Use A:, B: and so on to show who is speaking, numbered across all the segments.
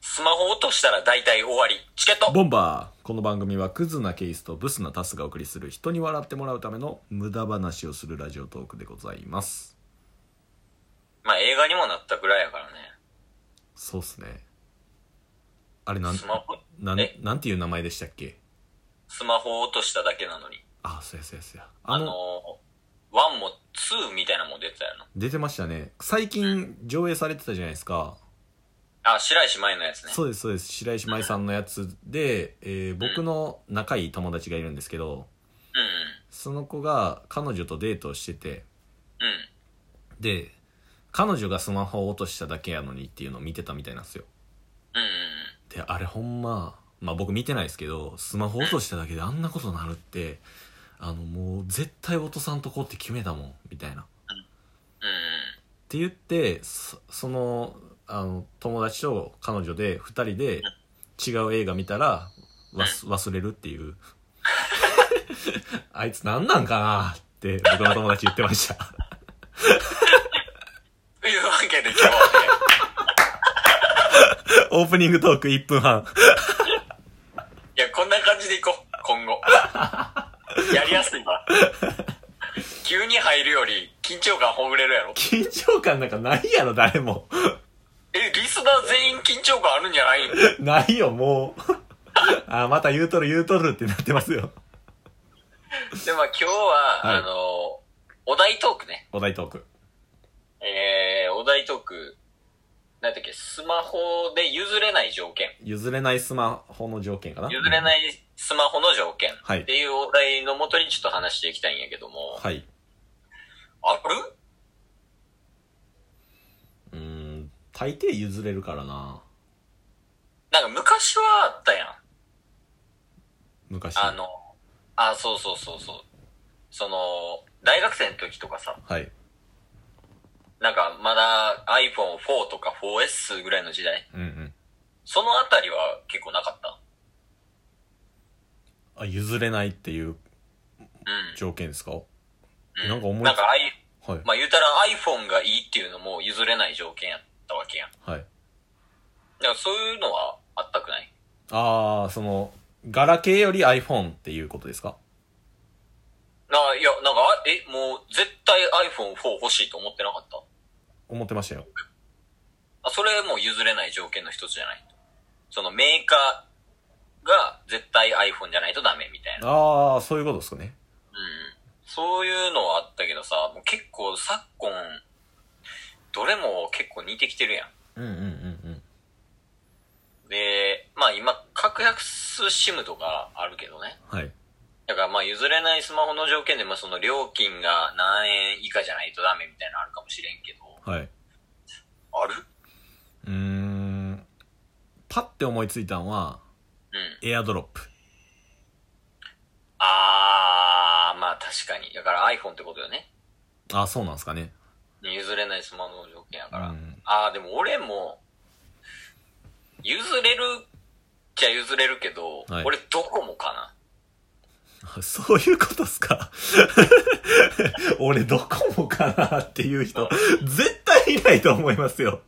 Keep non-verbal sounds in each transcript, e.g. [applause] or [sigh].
A: スマホ落としたら大体終わり。チケット
B: ボンバーこの番組はクズなケースとブスなタスがお送りする人に笑ってもらうための無駄話をするラジオトークでございます
A: まあ映画にもなったぐらいやからね。
B: そうっすねあれなん
A: スマホ、
B: なん
A: え
B: なんていう名前でしたっけ
A: スマホ落としただけなのに。
B: あそうやそうやそうや
A: あ
B: あの
A: のー、1も2みたいなのも出てたよな。
B: 出てましたね最近上映されてたじゃないですか
A: あ、白石麻衣のやつね。
B: そうですそうです白石麻衣さんのやつで、えー僕の仲いい友達がいるんですけど
A: う
B: その子が彼女とデートをしてて
A: ん。うん。
B: で彼女がスマホを落としただけやのにっていうのを見てたみたいなんですよ
A: うんうん
B: であれほんままあ僕見てないですけどスマホ落としただけであんなことなるってあのもう絶対落とさんとこうって決めたもんみたいなっ
A: うん。うん
B: て言ってそそのあの友達と彼女で2人で違う映画見たら忘忘れるっていう [laughs] あいつ何なんかなって僕の友達言ってました
A: というわけで今日はね、
B: オープニングトーク1分半
A: いや、こんな感じでいこう。今後。やりやすいわ。急に入るより緊張感ほぐれるやろ。
B: 緊張感なんかないやろ誰も
A: え、リスナー全員緊張感あるんじゃない
B: ないよもうあーまた言うとる言うとるってなってますよ
A: で、まあ今日は、
B: はい
A: あの、お題トークね。
B: お題トーク
A: えー、お題トーク、なんだっけ、スマホで譲れない条件。
B: 譲れないスマホの条件かな
A: 譲れないいスマホの条件。
B: はい
A: っていうお題のもとにちょっと話していきたいんやけども。
B: はい
A: ある
B: うーん大抵譲れるからな
A: なんか昔はあったやん。
B: 昔
A: あの、あ、そうそうそうそう。その、大学生の時とかさ、
B: はい
A: なんかまだ iPhone4 とか 4S ぐらいの時代。
B: うんうん
A: そのあたりは結構なかった。
B: あ譲れないっていう
A: うん。
B: 条件ですか
A: うん
B: なんか思いつ
A: なんかあい
B: はい
A: まあ言うたら iPhone がいいっていうのも譲れない条件やったわけやん。
B: はい
A: だからそういうのはあったくない
B: ああそのガラケーより iPhone っていうことですか
A: ないや、なんか、あえ、もう絶対 iPhone4 欲しいと思ってなかった
B: 思ってましたよ
A: あそれも譲れない条件の一つじゃないそのメーカーが絶対 iPhone じゃないとダメみたいな。
B: ああそういうことですかね
A: うん。そういうのはあったけどさ、もう結構昨今、どれも結構似てきてるや
B: うんうんうんうん
A: ん。で、まあ今、格安 SIM とかあるけどね。
B: はい
A: だからまあ譲れないスマホの条件でもその料金が何円以下じゃないとダメみたいなのあるかもしれんけど。
B: はい
A: ある
B: うーんパッて思いついたんは
A: うん。
B: エアドロップ
A: あー、まあ確かに。だから iPhone ってことよね。
B: あそうなんですかね
A: 譲れないスマホの条件やから。
B: うん
A: あー、でも俺も、譲れるっちゃ譲れるけど、
B: はい
A: 俺ドコモかな。
B: あ [laughs] そういうことっすか [laughs] 俺どこもかなっていう人、絶対いないと思いますよ。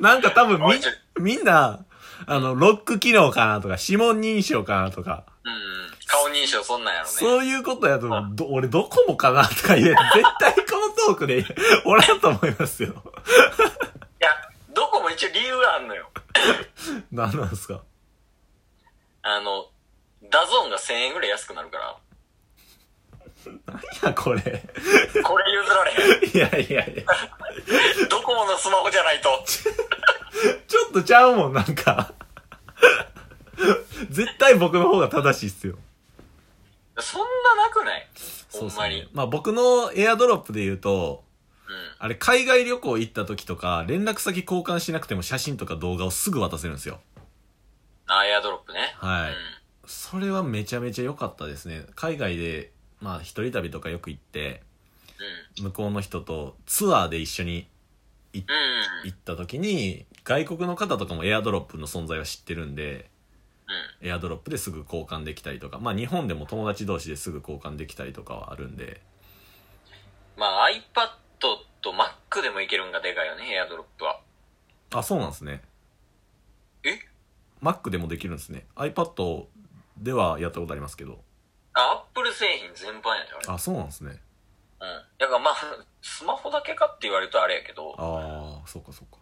B: なんか多分
A: あちょ
B: み、みんな、あの、ロック機能かなとか、指紋認証かなとか、
A: うん。顔認証そんなんやろね。
B: そういうことやと
A: あ、
B: ど俺どこもかなとか言え、絶対このトークで [laughs] おらんと思いますよ。
A: いや、ドコモ一応理由があんのよ。
B: なんなんすか
A: あの、ダゾーンが1000円ぐらい安くなるから、
B: なんやこれ。
A: これ譲られへん。
B: [laughs] いやいやいや、
A: ドコモのスマホじゃないと。
B: ちょっとちゃうもん、なんか。絶対僕の方が正しいっすよ。
A: そんななくない
B: そうっす
A: ほんまに
B: ね。まあ僕のエアドロップで言うと、
A: うん。
B: あれ海外旅行行った時とか、連絡先交換しなくても写真とか動画をすぐ渡せるんですよ。
A: あ、エアドロップね。
B: はい
A: うん。
B: それはめちゃめちゃ良かったですね。海外で、まあ一人旅とかよく行って、向こうの人とツアーで一緒に
A: うん。うん。
B: 行った時に、外国の方とかもエアドロップの存在は知ってるんで、
A: う
B: エアドロップですぐ交換できたりとか、まあ日本でも友達同士ですぐ交換できたりとかはあるんで、
A: ん。まあ、iPad と Mac でもいけるんがでかいよね、エアドロップは。
B: あ、そうなんですね。
A: え
B: Mac でもできるんですね iPad ではやったことありますけど
A: あ、アップル製品全般やで、あれ。
B: あそうなんですね
A: うん。だからまあ、スマホだけかって言われるとあれやけど、
B: ああそうかそうか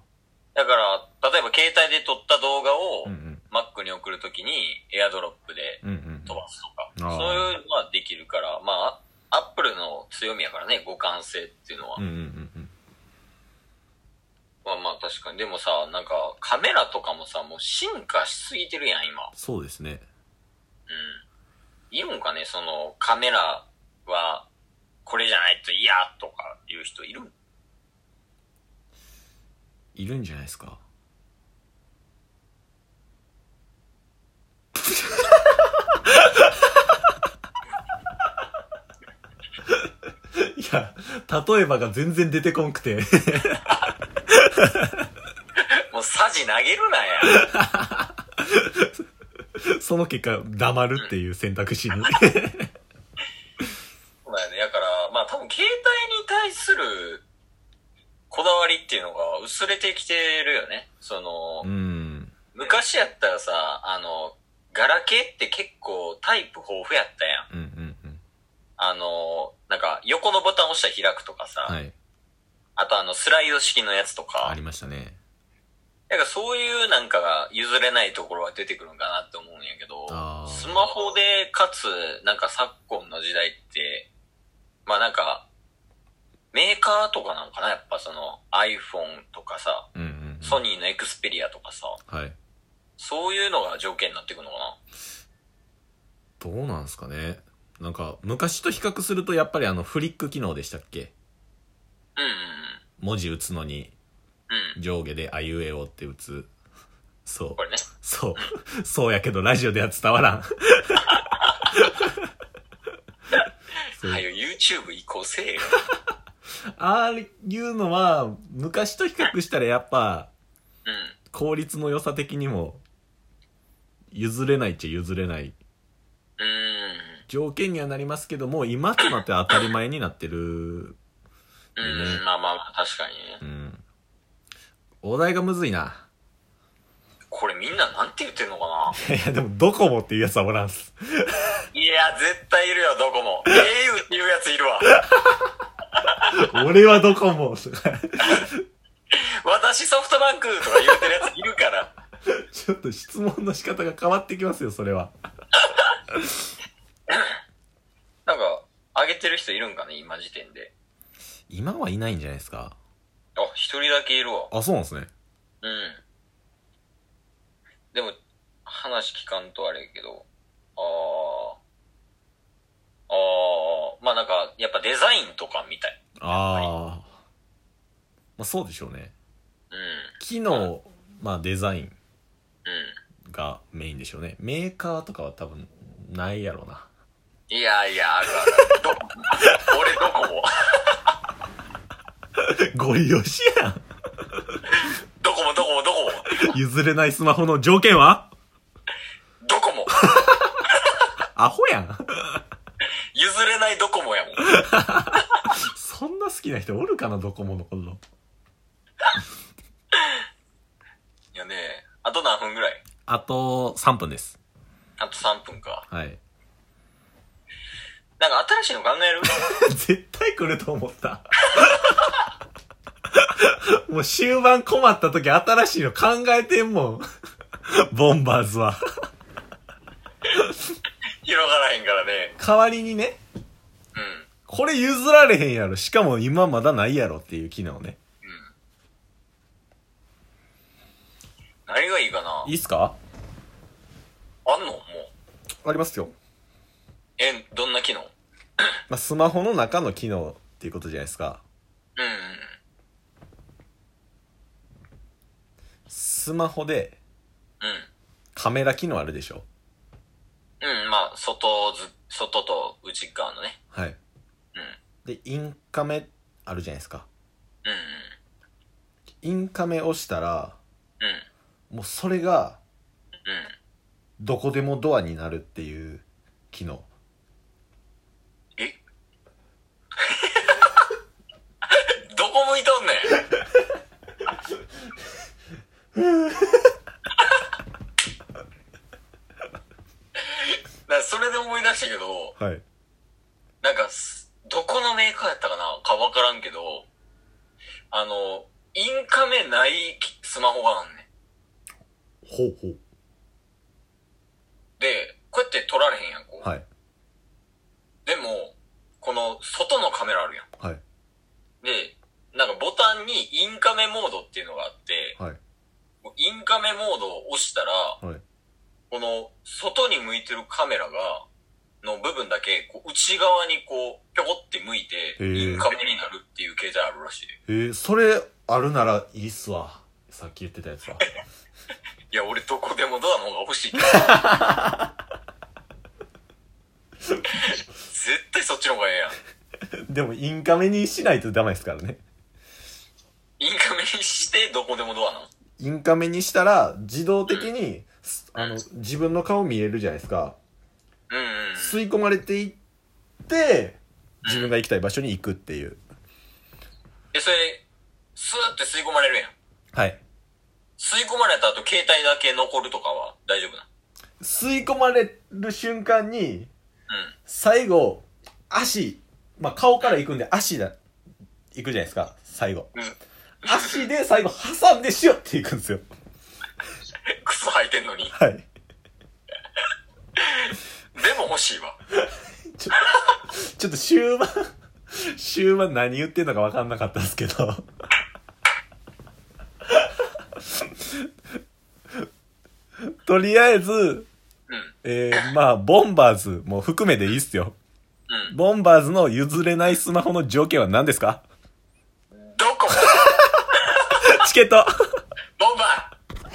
A: だから、例えば携帯で撮った動画を
B: うんうん
A: マックに送るときに AirDrop で
B: うんうん
A: 飛ばすとか、
B: あー
A: そういうのはできるから、まあ、アップルの強みやからね、互換性っていうのは。
B: うんうんうんうん
A: まあまあ確かに。でもさ、なんかカメラとかもさ、もう進化しすぎてるやん、今。
B: そうですね
A: うん。いるんかね、そのカメラはこれじゃないと嫌とかいう人いるん
B: いるんじゃないですかいや例えばが全然出てこんくて
A: もうサジ投げるなや。
B: その結果黙るっていう選択肢に
A: そうだよね。だから、まあ多分携帯に対するこだわりっていうのが薄れてきてるよね。その、
B: うん
A: 昔やったらさ、あの、ガラケーって結構タイプ豊富やったやん。
B: うんうんうん
A: あの、なんか横のボタン押したら開くとかさ、
B: はい
A: あとあのスライド式のやつと
B: あ
A: か
B: り、ましたね
A: なんかそういうなんかが譲れないところは出てくるんかなって思うんやけど
B: あ、ー
A: スマホでかつなんか昨今の時代って、まあなんか、メーカーとかなんかなやっぱその iPhone とかさ、
B: うんうんうん
A: ソニーの Xperia とかさ、
B: はい
A: そういうのが条件になってくのかな
B: どうなんすかねなんか昔と比較するとやっぱりあのフリック機能でしたっけ
A: うんうん
B: 文字打つのに
A: うん。うん。
B: 上下であいうえおって打つそう
A: これね。
B: そうそうやけどラジオでは伝わらんそう
A: はよ YouTube 移行
B: [laughs]
A: せえよ。
B: ああいうのは昔と比較したらやっぱ
A: うん。
B: 効率の良さ的にも譲れないっちゃ譲れない
A: うん。
B: 条件にはなりますけどもう今となっては当たり前になってる
A: うん、
B: ね
A: まあまあまあ、確かにね
B: う。んお題がむずいな
A: これみんななんて言ってんのか
B: [laughs]
A: ない
B: やいやでもドコモっていうやつはおらんす
A: いや、絶対いるよ、どこも。ええうっていうやついるわ。
B: 俺はドコモ
A: 私ソフトバンクとか言ってるやついるから。
B: ちょっと質問の仕方が変わってきますよそれは
A: なんか、上げてる人いるんかね、今時点で。
B: 今はいないんじゃないですか
A: あ、一人だけいるわ。
B: あそうなんですね
A: うん。でも、話聞かんとあれやけど。ああ。ああ。まあなんか、やっぱデザインとかみたい。
B: ああまあそうでしょうね
A: うん。
B: 機能まあデザイン
A: うん。
B: がメインでしょうねメーカーとかは多分ないやろうない
A: やいや、あるある。ど、 [laughs] 俺どこも。
B: ご利用しやん
A: どこもどこもどこも。
B: 譲れないスマホの条件は
A: どこも。
B: アホやん
A: 譲れないドコモやもん。
B: そんな好きな人おるかなドコモのこの
A: いやねあと何分ぐらい
B: あと3分です
A: あと3分か。
B: はい
A: なんか新しいの考える [laughs]
B: 絶対来ると思った [laughs] もう終盤困った時新しいの考えてんもんボンバーズは
A: 広がらへんからね。
B: 代わりにね
A: うん。
B: これ譲られへんやろ。しかも今まだないやろっていう機能ね。
A: 何がいいかない
B: いっすか
A: あんのもう。
B: ありますよ。
A: え、どんな機能
B: まあ、スマホの中の機能っていうことじゃないですか。
A: うん。
B: スマホで
A: う
B: カメラ機能あるでしょ。
A: ん。うん、まあ、外ず、外と内側のね。
B: はい。
A: うん。
B: で、インカメあるじゃないですか。
A: うん
B: インカメ押したら、
A: うん。うん。
B: もうそれが
A: うん。
B: どこでもドアになるっていう機能。
A: え [laughs] どこ向いとんねん。 [laughs]
B: はい。
A: なんかす、どこのメーカーやったかなかわからんけど、あの、インカメないスマホがあんねん。
B: ほうほう。
A: で、こうやって撮られへんやん、こう。
B: はい。
A: でも、この外のカメラあるやん。
B: はい。
A: で、なんかボタンにインカメモードっていうのがあって、
B: はい。
A: インカメモードを押したら、
B: はい。
A: この外に向いてるカメラが、の部分だけこう内側にこう、ぴょこって向いて、
B: へー
A: インカメになるっていう携帯あるらしい。
B: えー、それあるならいいっすわ。さっき言ってたやつは。
A: いや、俺どこでもドアの方が欲しいけど。絶対そっちの方がええやん。
B: [laughs] でも、インカメにしないとダメですからね。
A: インカメにしてどこでもドアなの。
B: インカメにしたら、自動的に、すあの、自分の顔見えるじゃないですか。
A: うんうん。
B: 吸い込まれていって、自分が行きたい場所に行くっていう。
A: え、それ、スーって吸い込まれるやん。
B: はい。
A: 吸い込まれた後携帯だけ残るとかは大丈夫な
B: 吸い込まれる瞬間
A: の。う
B: に、
A: ん。
B: 最後、足、まあ、顔から行くんで足だ、行くじゃないですか、最後。
A: うん
B: 足で最後挟んでシュッて行くんですよ。
A: 靴履いてんのに。で
B: はい。
A: も欲しいわ。
B: ちょっと終盤、 [laughs] 終盤何言ってんのか分かんなかったですけど。 [laughs] とりあえず、
A: うん。
B: えー、まあ、ボンバーズも含めでいいっすよ。
A: うん。
B: ボンバーズの譲れないスマホの条件は何ですか
A: どこも
B: チケット